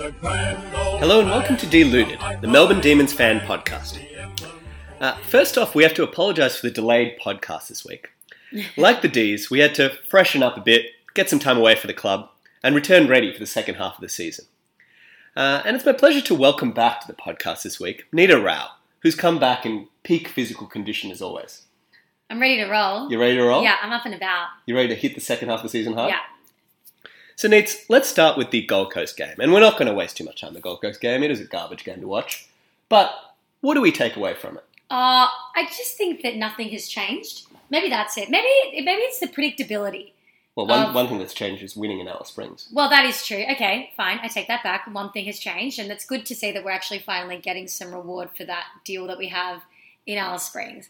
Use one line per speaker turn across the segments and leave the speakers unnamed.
Hello and welcome to Deluded, the Melbourne Demons fan podcast. Uh, first off, we have to apologise for the delayed podcast this week. Like the D's, we had to freshen up a bit, get some time away for the club, and return ready for the second half of the season. Uh, and it's my pleasure to welcome back to the podcast this week Nita Rao, who's come back in peak physical condition as always.
I'm ready to roll.
You ready to roll?
Yeah, I'm up and about.
You ready to hit the second half of the season hard?
Yeah.
So, Neats, let's start with the Gold Coast game. And we're not going to waste too much time on the Gold Coast game. It is a garbage game to watch. But what do we take away from it?
Uh, I just think that nothing has changed. Maybe that's it. Maybe maybe it's the predictability.
Well, one,
Um,
one thing that's changed is winning in Alice Springs.
Well, that is true. Okay, fine. I take that back. One thing has changed, and it's good to see that we're actually finally getting some reward for that deal that we have in Alice Springs.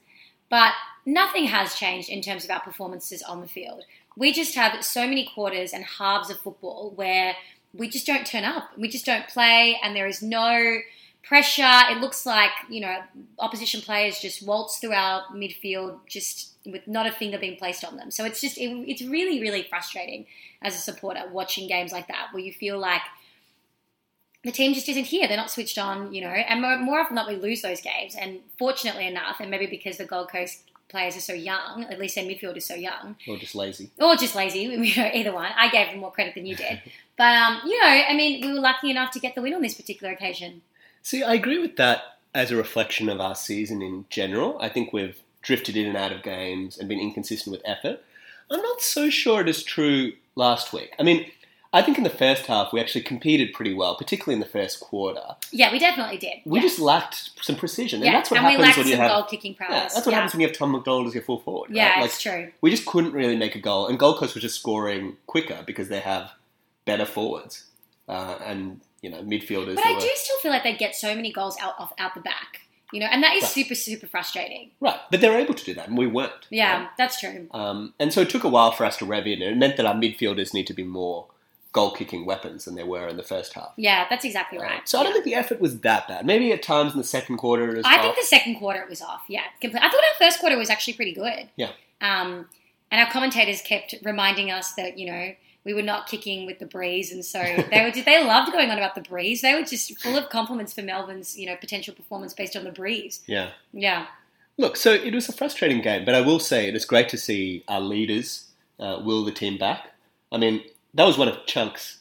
But nothing has changed in terms of our performances on the field. We just have so many quarters and halves of football where we just don't turn up. We just don't play, and there is no pressure. It looks like, you know, opposition players just waltz through our midfield just with not a finger being placed on them. So it's just, it, it's really, really frustrating as a supporter watching games like that where you feel like the team just isn't here. They're not switched on, you know. And more, more often than not, we lose those games. And fortunately enough, and maybe because the Gold Coast players are so young, at least their midfield is so young,
Or just lazy.
or just lazy, you know, either one. I gave them more credit than you did. But, um, you know, I mean, we were lucky enough to get the win on this particular occasion.
See, I agree with that as a reflection of our season in general. I think we've drifted in and out of games and been inconsistent with effort. I'm not so sure it is true last week. I mean, I think in the first half we actually competed pretty well, particularly in the first quarter.
Yeah, we definitely did.
We
yeah.
just lacked some precision,
yeah.
and that's what
and we
happens
lacked
when you
some
have
goal kicking
Yeah,
prowess.
that's what happens when you have Tom McDonald as your full forward.
Yeah,
right?
it's true.
We just couldn't really make a goal, and Gold Coast was just scoring quicker because they have better forwards uh, and you know midfielders.
But
who
I
are-
do still feel like they get so many goals out off out the back, you know, and that is
Right.
super super frustrating.
right, but they're able to do that, and we weren't.
Yeah,
right?
that's true.
Um, and so it took a while for us to rev in, and it meant that our midfielders need to be more goal kicking weapons than they were in the first half.
Yeah, that's exactly right.
So I don't think the effort was that bad. Maybe at times in the second quarter it was.
I
off.
think the second quarter it was off. Yeah, complete. I thought our first quarter was actually pretty good.
Yeah.
Um, and our commentators kept reminding us that you know we were not kicking with the breeze, and so they were. They loved going on about the breeze. They were just full of compliments for Melbourne's you know potential performance based on the breeze.
yeah.
Yeah,
Look, so it was a frustrating game, but I will say it is great to see our leaders uh, will the team back. I mean, that was one of Chunk's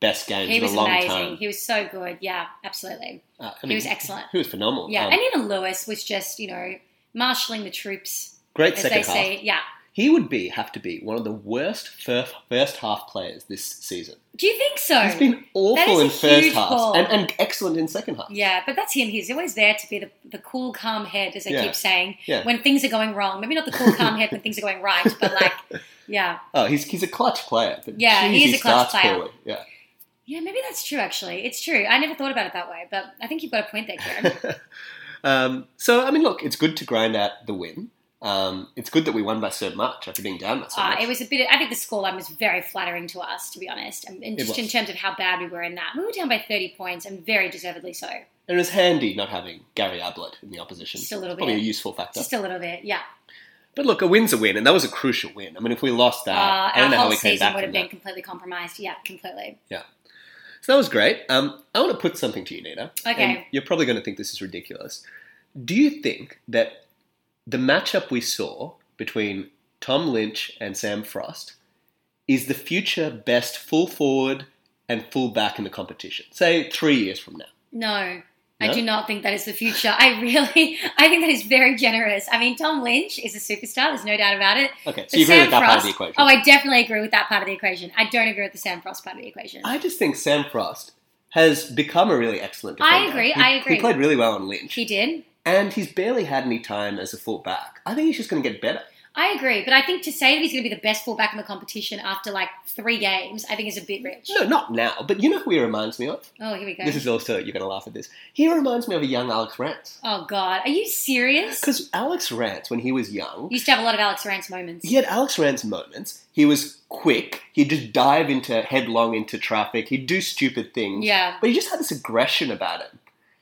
best games
he
in a
was
long
amazing.
time.
He was so good. Yeah, absolutely.
Uh, I
he
mean,
was excellent.
He was phenomenal.
Yeah,
Um,
and even Lewis was just, you know, marshalling the troops,
great
as
second
they
half.
say. Yeah.
He would be have to be one of the worst first, first half players this season.
Do you think so?
He's been
That is
awful
a
in first
huge
half
call.
and, and excellent in second half.
yeah, but that's him. He's always there to be the, the cool, calm head, as they
Yeah.
keep saying,
Yeah.
when things are going wrong. Maybe not the cool, calm head when things are going right, but like, yeah.
Oh, he's he's a clutch player. But
Yeah,
geez,
he is a clutch
starts
player.
poorly. Yeah.
Yeah, maybe that's true, actually. It's true. I never thought about it that way, but I think you've got a point there, Karen. Uh,
Um, so I mean, look, it's good to grind out the win. Um, it's good that we won by so much after being down by so
uh,
much.
it was a bit, I think the scoreline was very flattering to us, to be honest, and, and
It
just in
was.
terms of how bad we were in that. We were down by 30 points, and very deservedly so.
And it was handy not having Gary Ablett in the opposition.
Just a little
Probably a
bit.
useful factor.
Just a little bit, yeah.
But look, a win's a win, and that was a crucial win. I mean, if we lost that,
uh,
I
our
don't know how
whole
we came
season
back
would
from
have been
that.
completely compromised. Yeah, completely.
So that was great. Um, I want to put something to you, Nina.
Okay.
And you're probably going to think this is ridiculous. Do you think that the matchup we saw between Tom Lynch and Sam Frost is the future best full forward and full back in the competition? Say three years from now.
No, I
No?
do not think that is the future. I really, I think that is very generous. I mean, Tom Lynch is a superstar. There's no doubt about it.
Okay,
But
so you agree
Sam
with that part of the
Frost-
equation?
Oh, I definitely agree with that part of the equation. I don't agree with the Sam Frost part of the equation.
I just think Sam Frost has become a really excellent defender.
I agree,
He,
I agree.
He played really well on Lynch,
he did.
and he's barely had any time as a fullback. I think he's just going to get better.
I agree, but I think to say that he's going to be the best fullback in the competition after like three games, I think is a bit rich.
No, not now, but you know who he reminds me of?
Oh, here we go.
This is also, you're going to laugh at this. He reminds me of a young Alex Rance.
oh God, are you serious?
Because Alex Rance, when he was young,
Used to have a lot of Alex Rance moments.
he had Alex Rance moments. He was quick. He'd just dive into headlong into traffic. He'd do stupid things.
Yeah.
But he just had this aggression about him.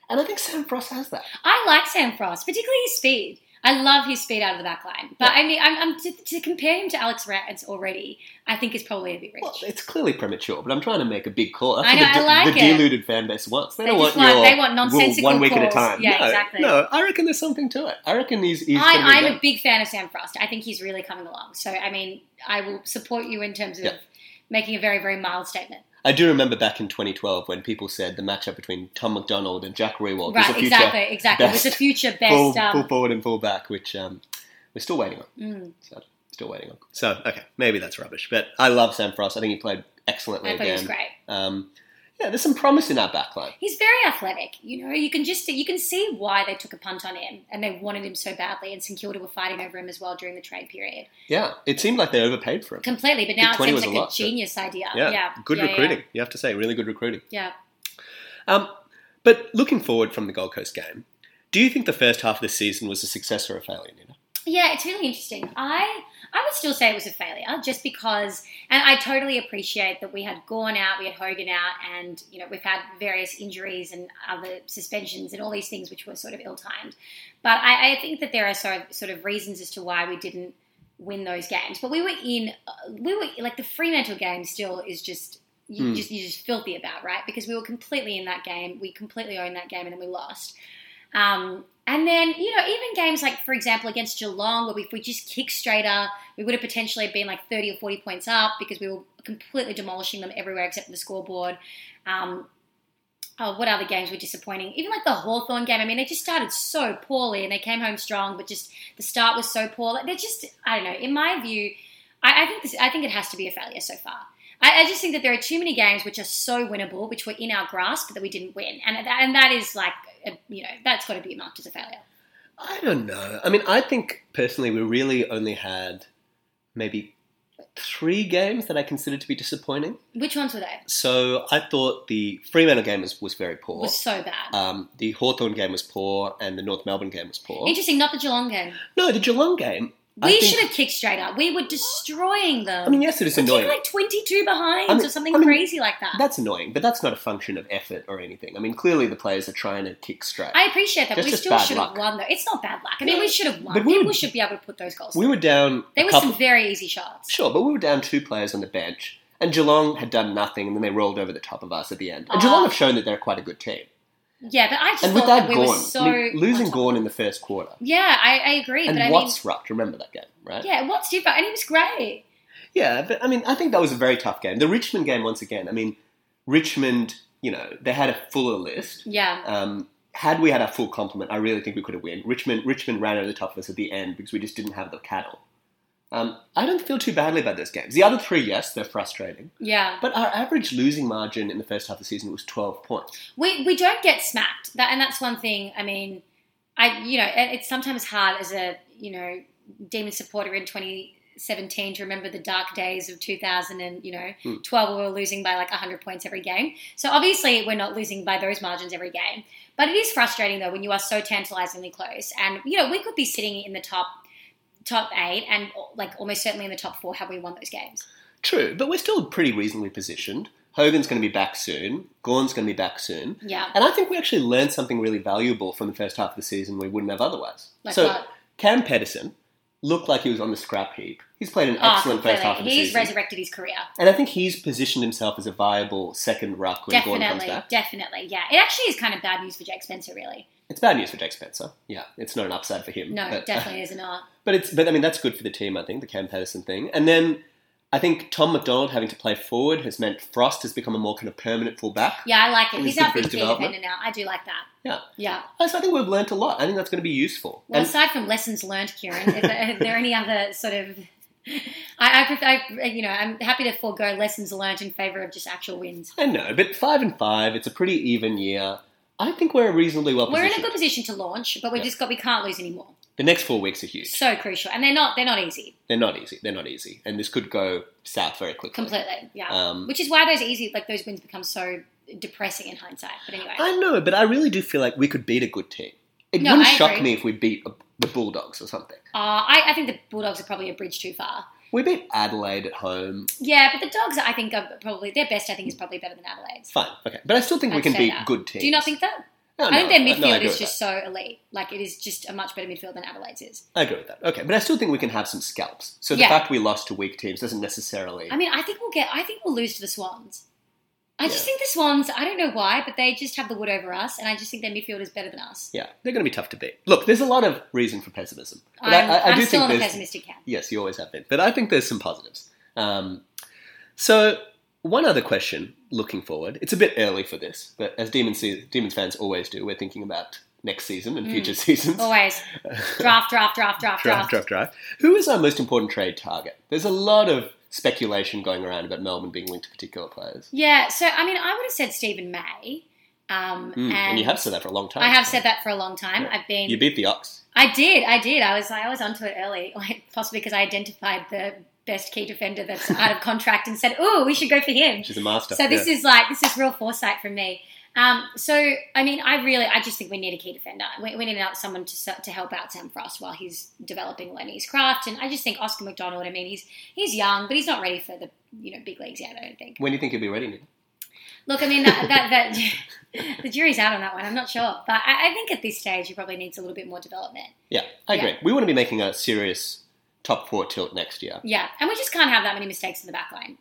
And I think Sam Frost has that.
I like Sam Frost, particularly his speed. I love his speed out of the back line. But I mean, I'm, I'm to, to compare him to Alex Rance already, I think is probably a bit rich.
Well, it's clearly premature, but I'm trying to make a big call. That's
I
what
know,
the,
I like
the
it.
deluded fan base wants. They,
They
don't
just
want
want-
your
they want
rule
nonsensical
one week at a
calls.
time.
Yeah,
no,
exactly.
No, I reckon there's something to it. I reckon he's. he's gonna be
I, I'm
there.
a big fan of Sam Frost. I think he's really coming along. So, I mean, I will support you in terms of
Yeah.
making a very, very mild statement.
I do remember back in 2012 when people said the matchup between Tom McDonald and Jack Rewald was Oh, a
right,
future
exactly, exactly. It was the
best
future best.
full,
um,
full forward and full back, which um, we're still waiting on.
mm,
So, still waiting on. So, okay, maybe that's rubbish, but I love Sam Frost. I think he played excellently
I thought he was
again.
great.
Um, yeah, there's some promise in that back line.
He's very athletic. You know, you can just you can see why they took a punt on him and they wanted him so badly. And St Kilda were fighting over him as well during the trade period.
Yeah, it seemed like they overpaid for him.
Completely, but now it
20
seems
was
like
a
a,
lot, but-
genius idea.
yeah,
Yeah,
good
yeah, yeah.
recruiting. You have to say, really good recruiting.
Yeah.
Um, but looking forward from the Gold Coast game, do you think the first half of the season was a success or a failure? Nina?
Yeah, it's really interesting. I I would still say it was a failure, just because, and I totally appreciate that we had Gorn out, we had Hogan out, and you know we've had various injuries and other suspensions and all these things which were sort of ill timed. But I, I think that there are sort of, sort of reasons as to why we didn't win those games. But we were in, uh, we were like the Fremantle game still is just. You
Hmm.
just you just filthy about right because we were completely in that game. We completely owned that game and then we lost. Um, and then, you know, even games like, for example, against Geelong, where if we just kicked straighter, we would have potentially been like 30 or 40 points up because we were completely demolishing them everywhere except for the scoreboard. Um, oh, what other games were disappointing? Even like the Hawthorn game. I mean, they just started so poorly and they came home strong, but just the start was so poor. Like, They're just, I don't know, in my view, I, I think this, I think it has to be a failure so far. I, I just think that there are too many games which are so winnable, which were in our grasp that we didn't win, and that, and that is like a, you know that's got to be marked as a failure.
I don't know. I mean, I think personally, we really only had maybe three games that I considered to be disappointing.
Which ones were they?
So I thought the Fremantle game was, was very
It
poor.
was so bad.
Um, the Hawthorn game was poor, and the North Melbourne game was poor.
Interesting, not the Geelong game.
No, the Geelong game. Oh. I
We
think-
should have kicked straight up. We were destroying them.
I mean, yes, it is
We took,
annoying.
like twenty-two behinds
I mean-
or something
I mean,
crazy like that.
That's annoying, but that's not a function of effort or anything. I mean, clearly the players are trying to kick straight.
I appreciate that, but
That's
we
just
still
bad
should
luck.
have won though. It's not bad luck. I mean, we should have won.
But we
People
were-
should be able to put those goals.
we were down.
there
a
were
couple,
some very easy shots.
Sure, but we were down two players on the bench, and Geelong had done nothing, and then they rolled over the top of us at the end. And
Ah.
Geelong have shown that they're quite a good team.
Yeah, but I just
And
thought
without
that we
Gorn,
were so
I mean, losing
on top.
Gorn in the first quarter,
Yeah, I, I agree.
and
but I
Watts rucked. Remember that game, right?
mean, yeah, Watts did, but and he was great.
Yeah, but I mean, I think that was a very tough game. The Richmond game, once again, I mean, Richmond, you know, they had a fuller list.
Yeah,
Um, had we had our full complement, I really think we could have won. Richmond, Richmond ran over the top of us at the end because we just didn't have the cattle. Um, I don't feel too badly about those games. The other three, yes, they're frustrating.
yeah.
But our average losing margin in the first half of the season was 12 points.
We we don't get smacked. That and that's one thing. I mean, I you know it, it's sometimes hard as a you know demon supporter in 2017 to remember the dark days of 2000 and you know
Hmm.
12 we were losing by like 100 points every game. So obviously we're not losing by those margins every game. But it is frustrating though when you are so tantalizingly close and you know we could be sitting in the top top 8 and like almost certainly in the top 4 had we won those games.
True, but we're still pretty reasonably positioned. Hogan's going to be back soon. Gorn's going to be back soon.
Yeah.
And I think we actually learned something really valuable from the first half of the season we wouldn't have otherwise.
Like
so
what?
Cam Pedersen looked like he was on the scrap heap. He's played an
Oh,
excellent first
completely.
half of the
He's
season.
resurrected his career.
and I think he's positioned himself as a viable second ruck when Gordon comes
Definitely,
back.
definitely. Yeah, it actually is kind of bad news for Jake Spencer, really.
It's bad news for Jake Spencer. Yeah, it's not an upside for him.
No,
but, uh,
definitely is not.
But it's but I mean that's good for the team. I think the Cam Patterson thing, and then I think Tom McDonald having to play forward has meant Frost has become a more kind of permanent fullback.
Yeah, I like it.
He's
He's
good
our
for his
big key
development.
defender now. I do like that.
Yeah.
Yeah.
So I think we've learnt a lot. I think that's going to be useful.
Well,
And-
aside from lessons learned, Kieran, are there, are there any other sort of? I, I, pref- I, you know, I'm happy to forego lessons learned in favor of just actual wins.
I know, but five and five, it's a pretty even year. I think we're reasonably well
We're in a
positioned.
good position to launch, but we've
Yeah.
just got we can't lose anymore.
The next four weeks are huge.
So crucial, and they're not they're not easy
They're not easy. They're not easy, and this could go south very quickly.
completely. Yeah,
Um,
which is why those easy like those wins become so depressing in hindsight. But anyway,
I know, but I really do feel like we could beat a good team. It
No,
wouldn't
I
shock
agree.
me if we beat a, the Bulldogs or something.
Uh, I, I think the Bulldogs are probably a bridge too far.
We beat Adelaide at home.
Yeah, but the Dogs, I think, are probably their best. I think is probably better than Adelaide's.
Fine, okay, but I still think we
I'd
can
say
beat
that.
good teams.
Do you not think that?
No,
I think
no,
their
no, I
midfield
agree
is
with
just so elite. Like it is just a much better midfield than Adelaide's is.
I agree with that. Okay, but I still think we can have some scalps. So the
Yeah.
fact we lost to weak teams doesn't necessarily.
I mean, I think we'll get. I think we'll lose to the Swans. I
Yeah.
just think the Swans. I don't know why, but they just have the wood over us, and I just think their midfield is better than us.
yeah, they're going to be tough to beat. Look, there's a lot of reason for pessimism. But
I'm,
I, I, I
am
do
still
think
on the
there's-
pessimistic camp.
Yes, you always have been. But I think there's some positives. Um, so, one other question looking forward. It's a bit early for this, but as Demons, Demons fans always do, we're thinking about next season and
Mm.
future seasons.
Always draft, draft, draft, draft,
draft,
draft.
draft, draft. Who is our most important trade target? There's a lot of speculation going around about Melbourne being linked to particular players.
Yeah. So I mean, I would have said Stephen May. Um,
Mm, and, you have said that for a long time.
I have said that for a long time.
Yeah.
I've been.
You beat the Ox.
I did. I did. I was. I was onto it early, like, possibly because I identified the best key defender that's out of contract and said, "Oh, we should go for him."
She's a master.
So this
yeah.
is like this is real foresight from me. Um, so I mean, I really, I just think we need a key defender. We, we need someone to so- to help out Sam Frost while he's developing Lenny's craft. And I just think Oscar McDonald. I mean, he's he's young, but he's not ready for the you know big leagues yet. I don't think.
When do you think you'll be ready, Nick?
Look, I mean, that, that, that the jury's out on that one. I'm not sure, but I, I think at this stage he probably needs a little bit more development.
Yeah, I
Yeah.
agree. We want to be making a serious top four tilt next year.
Yeah, and we just can't have that many mistakes in the back line.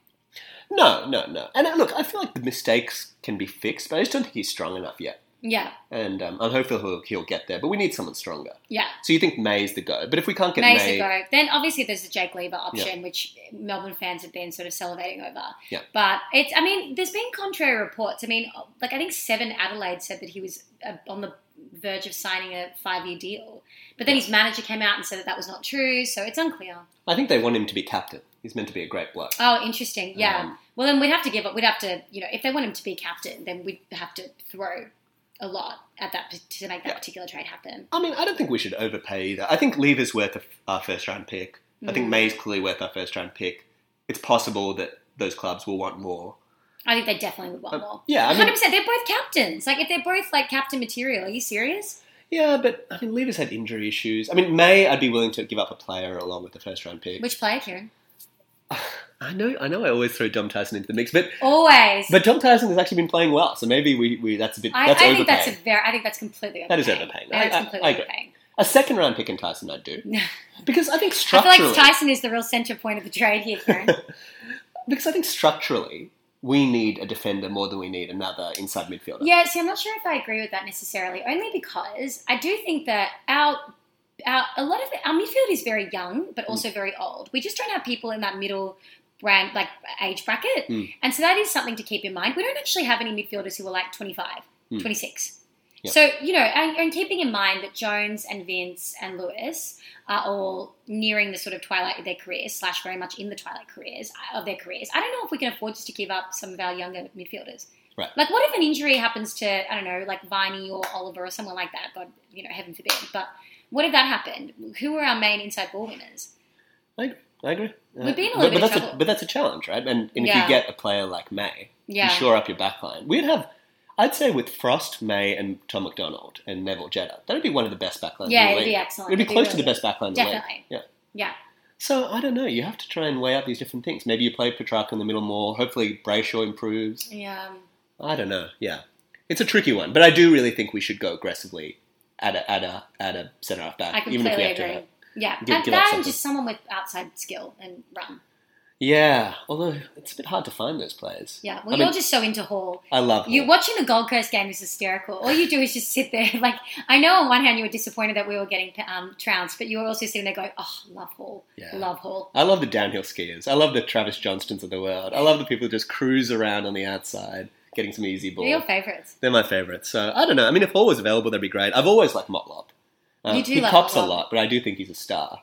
No, no, no. And uh, look, I feel like the mistakes can be fixed, but I just don't think he's strong enough yet.
Yeah,
And um, I'm hopeful he'll, he'll get there, but we need someone stronger.
yeah.
So you think May's the go? But if we can't get
Mays
May,
to go. Then obviously there's the Jake Lever option, which Melbourne fans have been sort of salivating over.
Yeah.
But it's, I mean, there's been contrary reports. I mean, like I think Seven Adelaide said that he was uh, on the verge of signing a five-year deal, but then his manager came out and said that that was not true. So it's unclear.
I think they want him to be captain. He's meant to be a great bloke.
Oh, interesting. Yeah.
Um,
well, then we'd have to give up. We'd have to, you know, if they want him to be captain, then we'd have to throw a lot at that to make that
Yeah.
particular trade happen.
I mean, I don't think we should overpay either. I think Lever's worth a f- our first round pick. I think
Mm.
May's clearly worth our first round pick. It's possible that those clubs will want more.
I think they definitely would want
Um,
more.
yeah, I mean-
hundred percent. They're both captains. Like if they're both like captain material, are you serious?
Yeah, but I mean, Lever's had injury issues. I mean, May, I'd be willing to give up a player along with the first round pick.
Which player, Kieran?
I know, I know, I always throw Dom Tyson into the mix, but
Always.
But Tom Tyson has actually been playing well, so maybe we, we that's a bit
I,
that's
I
overpaying.
think that's a very. I think that's completely. Overpaying.
That is overpaying.
I think
I- I-
it's completely
I agree.
overpaying.
a, second round pick in Tyson, I'd do because I think
I feel
structurally,
like Tyson is the real center point of the trade here, Kieran.
because I think structurally we need a defender more than we need another inside midfielder.
yeah. See, I'm not sure if I agree with that necessarily. Only because I do think that our. Our, a lot of our midfield is very young,
Mm.
but also very old. We just don't have people in that middle brand, like age bracket,
Mm.
and so that is something to keep in mind. We don't actually have any midfielders who are like 25.
Mm.
26.
Yeah.
So, you know, and, and keeping in mind that Jones and Vince and Lewis are all nearing the sort of twilight of their careers, slash, very much in the twilight careers uh, of their careers. I don't know if we can afford just to give up some of our younger midfielders.
Right.
Like, what if an injury happens to, I don't know, like Viney or Oliver or someone like that? God, you know, heaven forbid. But what if that happened? Who are our main inside ball winners?
I agree.
We'd be in a
but, but
little bit of
that's a,
trouble.
but that's a challenge, right? And, and if
Yeah.
you get a player like May,
Yeah.
you shore up your back line. We'd have, I'd say, with Frost, May, and Tom McDonald and Neville Jetta, that'd be one of the best backlines. in
Yeah,
the
it'd be
league.
excellent.
It'd be
It'd be
close to
really
the best backline in the league.
Definitely.
Yeah.
Yeah.
So I don't know. You have to try and weigh up these different things. Maybe you play Petrarca in the middle more. Hopefully Brayshaw improves.
Yeah.
I don't know. Yeah, it's a tricky one, but I do really think we should go aggressively at a at a at a centre half
I
back, even
completely
if we have
agree.
to.
Yeah.
Give-
and
give up
then
something.
just someone with outside skill and run.
Yeah, although it's a bit hard to find those players.
Yeah. Well,
I
you're
mean- Oh,
just so into Hall.
I love
You
Hall.
watching the Gold Coast game is hysterical. All you do is just sit there. Like I know, on one hand, you were disappointed that we were getting um, trounced, but you were also sitting there going, "Oh, love Hall,
Yeah.
love Hall."
I love the downhill skiers. I love the Travis Johnstons of the world. I love the people who just cruise around on the outside, getting some easy
They're your
ball.
favourites.
They're my favourites. So I don't know. I mean, if Hall was available, that'd be great. I've always liked Motlop. Uh,
You do
he
like
cops a
Motlop.
lot, but I do think he's a star.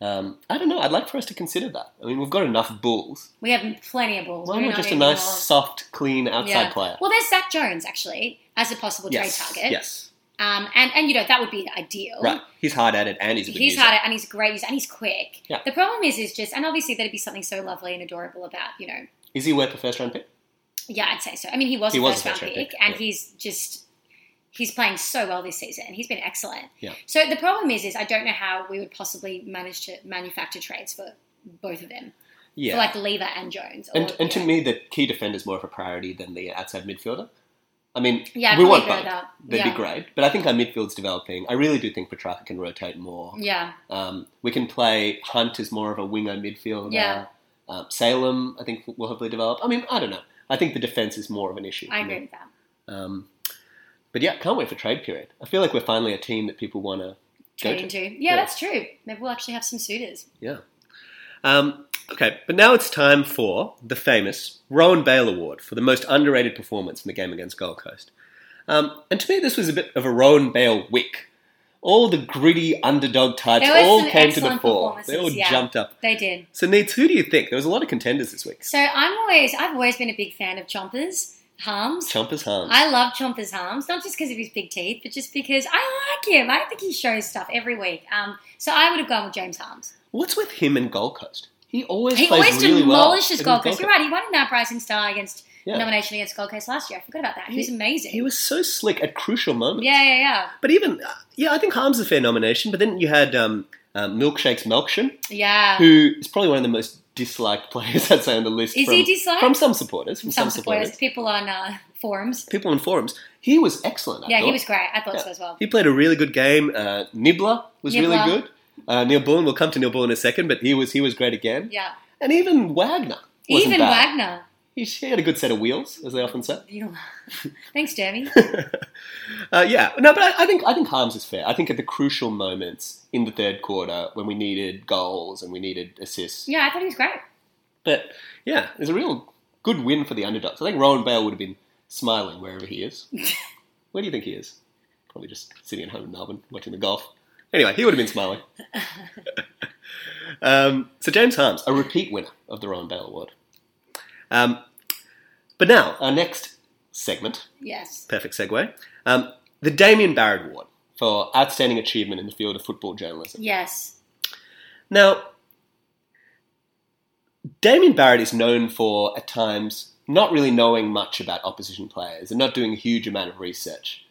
Um, I don't know. I'd like for us to consider that. I mean, we've got enough bulls.
We have plenty of balls.
Why
We're
not just a
even
nice,
all-
soft, clean outside
Yeah.
player?
Well, there's Zach Jones actually as a possible
yes,
trade target.
yes,
Um, and and you know that would be ideal.
right. He's hard at it, and he's a good
He's
user.
hard and he's a great user and he's quick.
Yeah.
The problem is, is just and obviously there'd be something so lovely and adorable about you know
Is he worth a first round pick?
Yeah, I'd say so. I mean, he was
He
a
was
first
a
round
first-round
pick,
pick,
and
yeah.
he's just he's playing so well this season. He's been excellent.
Yeah.
So the problem is, is I don't know how we would possibly manage to manufacture trades for both of them,
Yeah.
for like Lever and Jones. Or,
and and to
yeah.
me, the key defender is more of a priority than the outside midfielder. I mean,
Yeah, I'd
we
probably
want
go
both.
with that.
They'd
yeah.
be great, but I think our midfield's developing. I really do think Petrarca can rotate more.
Yeah,
Um, we can play Hunt as more of a winger midfielder.
Yeah.
Um, Salem, I think, will hopefully develop. I mean, I don't know. I think the defense is more of an issue.
I
for me.
agree with that.
Um, but yeah, can't wait for trade period. I feel like we're finally a team that people want to.
Trade
to.
into. Yeah,
Yeah.
that's true. Maybe we'll actually have some suitors.
Um, okay, but now it's time for the famous Rowan Bale Award for the most underrated performance in the game against Gold Coast. Um, and to me, this was a bit of a Rowan Bale wick. All the gritty underdog types
There were
all
some
came to the
excellent
fore. They all
performances, yeah.
jumped up.
They did.
So, Needs, who do you think? There was a lot of contenders this week.
So I'm always, I've always been a big fan of Chompers Harms.
Chompers Harms.
I love Chompers Harms, not just because of his big teeth, but just because I like him. I think he shows stuff every week. Um, so I would have gone with James Harms.
What's with him and Gold Coast? He always
He
plays
always
really well
demolishes
against
Gold Coast. You're right. He won an uprising star against
Yeah.
nomination against Gold Coast last year. I forgot about that. He,
He-
was amazing.
He was so slick at crucial moments.
yeah, yeah, yeah,
But even, uh, yeah, I think Harm's a fair nomination. But then you had um, um, Milkshake's Milkshin,
yeah.
who is probably one of the most disliked players, I'd say, on the list.
Is
from,
he disliked?
From some supporters. From
Some supporters, people on uh, forums.
People on forums. He was excellent. I
Yeah,
thought.
he was great. I thought
Yeah.
so as well.
He played a really good game. Uh, Nibbler was really
Nibbler.
good. Uh, Neil Bourne, we'll come to Neil Bourne in a second, but he was he was great again.
Yeah.
And even Wagner. Wasn't
Even
bad.
Wagner.
He, he had a good set of wheels, as they often say.
You know, thanks, Jeremy.
Uh, yeah, no, but I, I think I think Harms is fair. I think at the crucial moments in the third quarter when we needed goals and we needed assists,
Yeah, I thought he was great.
but yeah, there's a real good win for the underdogs. I think Rowan Bale would have been smiling wherever he is. Where do you think he is? Probably just sitting at home in Melbourne watching the golf. Anyway, he would have been smiling. um, so James Harms, a repeat winner of the Rowan Bale Award. Um, but now our next segment
Yes.
perfect segue. Um, the Damien Barrett Award for outstanding achievement in the field of football journalism.
Yes.
Now, Damien Barrett is known for at times not really knowing much about opposition players and not doing a huge amount of research.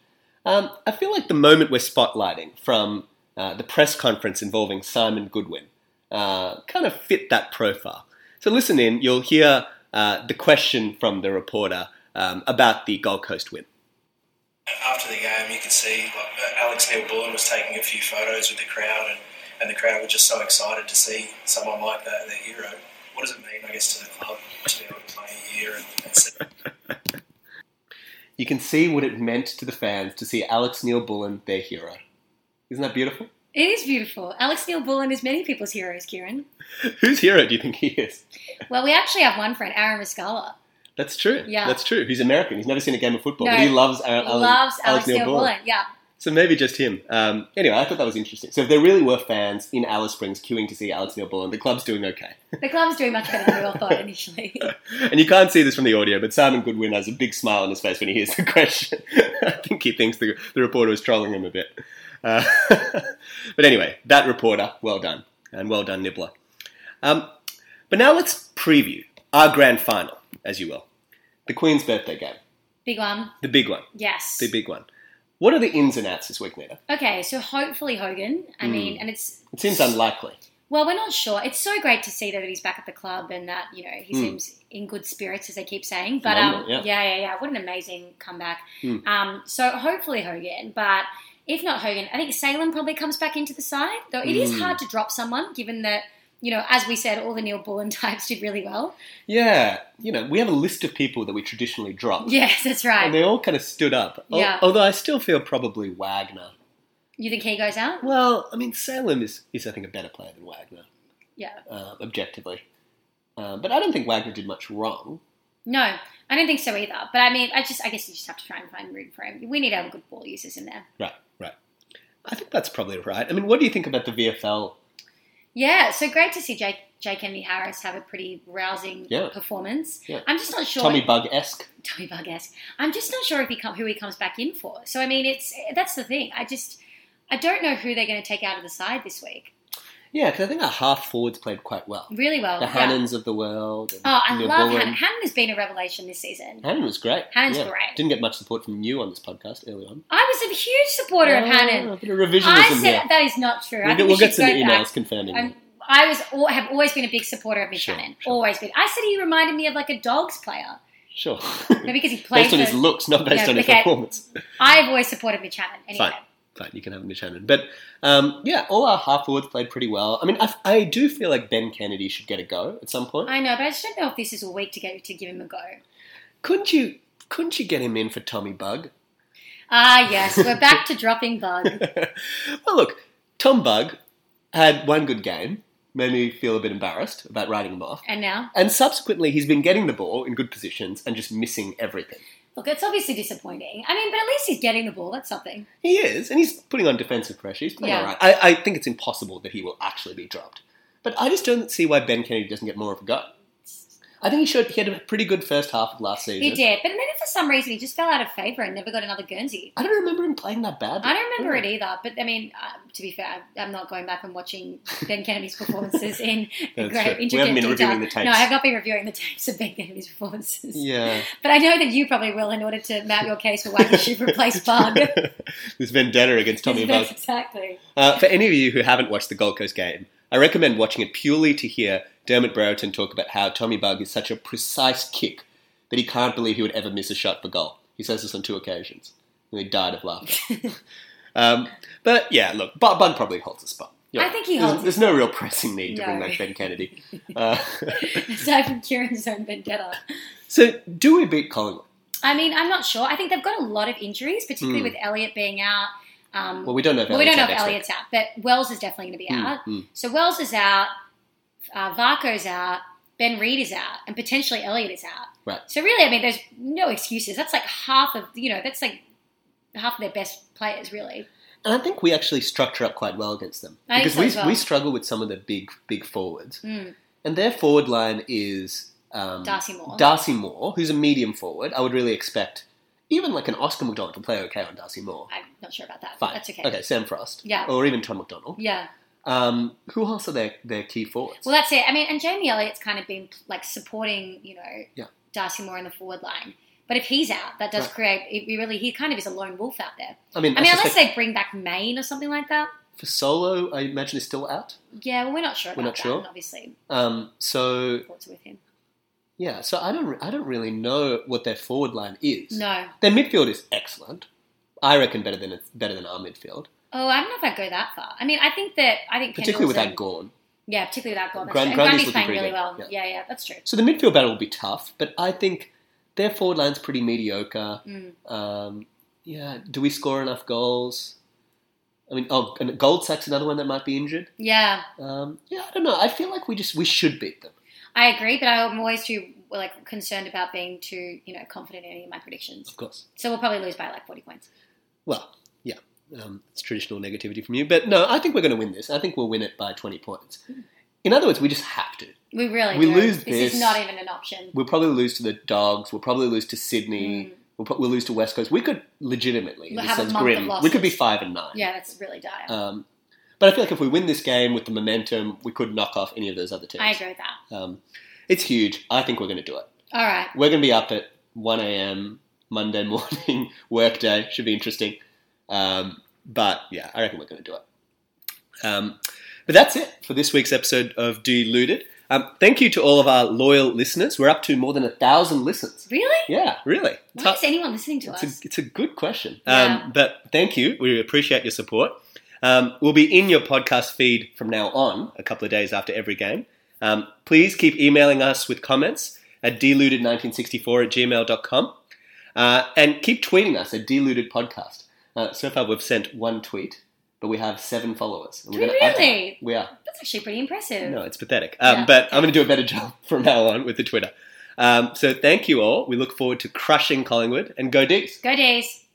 Um, I feel like the moment we're spotlighting from uh, the press conference involving Simon Goodwin uh, kind of fit that profile. So listen in, you'll hear uh, the question from the reporter um, about the Gold Coast win.
after the game, you could see like, uh, Alex Neil Bullen was taking a few photos with the crowd, and, and the crowd were just so excited to see someone like that, their hero. What does it mean, I guess, to the club to be able to play here and, and see
You can see what it meant to the fans to see Alex Neil Bullen, their hero. Isn't that beautiful?
It is beautiful. Alex Neil Bullen is many people's heroes, Kieran.
Whose hero do you think he is?
Well, we actually have one friend, Aaron Muscala.
That's true.
Yeah.
That's true. He's American. He's never seen a game of football,
No.
but he loves, uh, Ar-
He
Alan-
loves Uh, Alex Neil Bullen. Yeah.
So maybe just him. Um, anyway, I thought that was interesting. So if there really were fans in Alice Springs queuing to see Alex Neil Bullen, the club's doing okay.
The club is doing much better than we all thought initially.
And you can't see this from the audio, but Simon Goodwin has a big smile on his face when he hears the question. I think he thinks the, the reporter was trolling him a bit. Uh, but anyway, that reporter, well done. And well done, Nibbler. Um, but now let's preview our grand final, as you will. The Queen's birthday game.
Big one.
The big one.
Yes.
The big one. What are the ins and outs this week, Nita?
Okay, so hopefully Hogan. I mean, and it's
It seems unlikely.
Well, we're not sure. It's so great to see though that he's back at the club and that you know he
Mm.
seems in good spirits, as they keep saying. But um,
Phenomenal,
yeah.
yeah.
yeah, yeah, What an amazing comeback.
Mm.
Um, so hopefully Hogan, but if not Hogan, I think Salem probably comes back into the side. Though it is
Mm.
hard to drop someone, given that you know, as we said, all the Neil Bullen types did really well.
Yeah, you know, we have a list of people that we traditionally drop.
Yes, that's
And
right.
they all kind of stood up. Al-
Yeah.
Although I still feel probably Wagner
You think he goes out?
Well, I mean, Salem is, is I think, a better player than Wagner,
Yeah.
uh, objectively. Uh, but I don't think Wagner did much wrong.
No, I don't think so either. But I mean, I just, I guess you just have to try and find room for him. We need to have good ball users in there.
Right, right. I think that's probably right. I mean, what do you think about the VFL?
Yeah, so great to see Jake Jake Kennedy Harris have a pretty rousing
Yeah.
performance.
Yeah.
I'm just not sure.
Tommy Bug esque.
Tommy Vargas. I'm just not sure if he come, who he comes back in for. So I mean, it's that's the thing. I just I don't know who they're going to take out of the side this week.
Yeah, because I think our half forwards played quite well.
Really well.
The
yeah.
Hannons of the world. and
Oh, I
Neil
love
Bullen.
Hannon. Hannon has been a revelation this season.
Hannon was great.
Hannon's
Yeah.
great.
Didn't get much support from you on this podcast early on.
I was a huge supporter of
Oh,
Hannon.
A bit of revisionism
I said
here.
that is not true. I
We'll
think
get,
we
we'll get
should
some
go
emails
back.
confirming
I'm,
that.
I was al- have always been a big supporter of Mitch
Sure,
Hannon.
sure.
Always been. I said he reminded me of like a dogs player.
Sure.
Maybe because he played.
Mm. based on
for-
his looks, not based
Yeah,
on his
okay.
performance.
I've always supported Buchanan. Anyway,
Fine. Fine, you can have Buchanan. But um, yeah, all our half forwards played pretty well. I mean, I, I do feel like Ben Kennedy should get a go at some point.
I know, but I just don't know if this is a week to get to give him a go.
Couldn't you? Couldn't you get him in for Tommy Bug?
Ah, yes, we're back to dropping bug.
well, look, Tom Bug had one good game, made me feel a bit embarrassed about writing him off.
And now,
And subsequently, he's been getting the ball in good positions and just missing everything.
look, it's obviously disappointing. I mean, but at least he's getting the ball. That's something.
He is, and he's putting on defensive pressure. He's playing
Yeah.
all right. I, I think it's impossible that he will actually be dropped. But I just don't see why Ben Kennedy doesn't get more of a go. I think he should. He had a pretty good first half of last season.
He did, but then for some reason he just fell out of favour and never got another Guernsey.
I don't remember him playing that badly.
I don't remember it either, but I mean, uh, to be fair, I- I'm not going back and watching Ben Kennedy's performances in in
That's true.
great
We
intricate
haven't been
detail.
reviewing the tapes.
No, I have not been reviewing the tapes of Ben Kennedy's performances.
Yeah.
But I know that you probably will in order to mount your case for why you should replace Bug.
this vendetta against Tommy Bug.
exactly.
Uh, for any of you who haven't watched the Gold Coast game, I recommend watching it purely to hear Dermot Brereton talk about how Tommy Bug is such a precise kick that he can't believe he would ever miss a shot for goal. He says this on two occasions, and he died of laughter. um, but yeah, look, Bu- Bug probably holds a spot. You're
I
right.
think he
There's-
holds a
There's, no real pressing need to
No.
bring back Ben Kennedy. Uh,
Aside from Kieran's own vendetta.
so, do we beat Collingwood?
I mean, I'm not sure. I think they've got a lot of injuries, particularly with Elliot being out. Um,
Hmm. Well, we don't know. If
well, we don't know
Elliot's
if
out next
Elliot's out, but Wells is definitely going to be
week.
out.
Mm, mm.
So Wells is out, uh, Varco's out, Ben Reed is out, and potentially Elliot is out.
Right.
So really, I mean, there's no excuses. That's like half of you know, that's like half of their best players, really.
And I think we actually structure up quite well against them
I think
because
so
we,
as well.
we struggle with some of the big big forwards.
Mm,
And their forward line is um,
Darcy Moore.
Darcy Moore, who's a medium forward. I would really expect even like an Oscar McDonald to play okay on Darcy Moore.
I'm not sure about that. but
Fine.
That's okay.
Okay, Sam Frost.
Yeah.
Or even Tom McDonald.
Yeah.
Um, who else are their, their key forwards?
Well, that's it. I mean, and Jamie Elliott's kind of been like supporting, you know,
Yeah.
Darcy Moore in the forward line. But if he's out, that does
Right.
create. It he really, he kind of is a lone wolf out there.
I mean,
I mean, unless
suspect
they bring back Maine or something like that.
for Solo, I imagine is still out.
Yeah, well, we're not sure.
We're
About
not
that,
sure.
and Obviously,
Um, so
thoughts are with him.
yeah, so I don't I don't really know what their forward line is.
No.
Their midfield is excellent. I reckon better than better than our midfield,
Oh, I don't know if I'd go that far. I mean, I think that I think
particularly
Kendall's
without
a-
Gorn.
Yeah, particularly without goal. That's
Gran-
true. And
Grandy's
Grundy's
looking
playing
pretty
really
good.
well.
Yeah.
Yeah. yeah, that's true.
So the midfield battle will be tough, but I think their forward line's pretty mediocre.
Mm.
Um, yeah, do we score enough goals? I mean, oh, and Goldsack's another one that might be injured.
Yeah,
Um, yeah, I don't know. I feel like we just we should beat them.
I agree, but I'm always too like concerned about being too you know confident in any of my predictions.
Of course.
So we'll probably lose by like 40 points.
Well, yeah, um, it's traditional negativity from you, but no, I think we're going to win this. I think we'll win it by twenty points.
Hmm.
In other words, we just have to.
We really
We
do.
lose
This
this.
is not even an option.
We'll probably lose to the Dogs. We'll probably lose to Sydney. We'll, pro- we'll lose to West Coast. We could legitimately.
Hmm. We'll
this
have a
sounds
month of
grim. We
losses.
could be five and nine.
Yeah, that's really dire.
Um, but I feel like if we win this game with the momentum, we could knock off any of those other teams.
I agree with that.
Um, it's huge. I think we're going to do it.
All right.
We're going to be up at 1 a.m. Monday morning, work day. Should be interesting. Um, but yeah, I reckon we're going to do it. Um, but that's it for this week's episode of Deluded. Um, thank you to all of our loyal listeners. We're up to more than a thousand listens.
Really?
Yeah, really. It's
Why
up-
is anyone listening to
it's
us?
a, it's a good question.
Yeah.
Um, but thank you. We appreciate your support. Um, we'll be in your podcast feed from now on, a couple of days after every game. Um, please keep emailing us with comments at deluded1964 at gmail.com. Uh, and keep tweeting us at deluded podcast. Uh, so far, we've sent one tweet, but we have seven followers. And
Do we
gonna add that.
really?
We are.
That's actually pretty impressive.
No, it's pathetic. Um,
Yeah.
But I'm going to do a better job from now on with the Twitter. Um, so thank you all. We look forward to crushing Collingwood and go Dees.
Go days.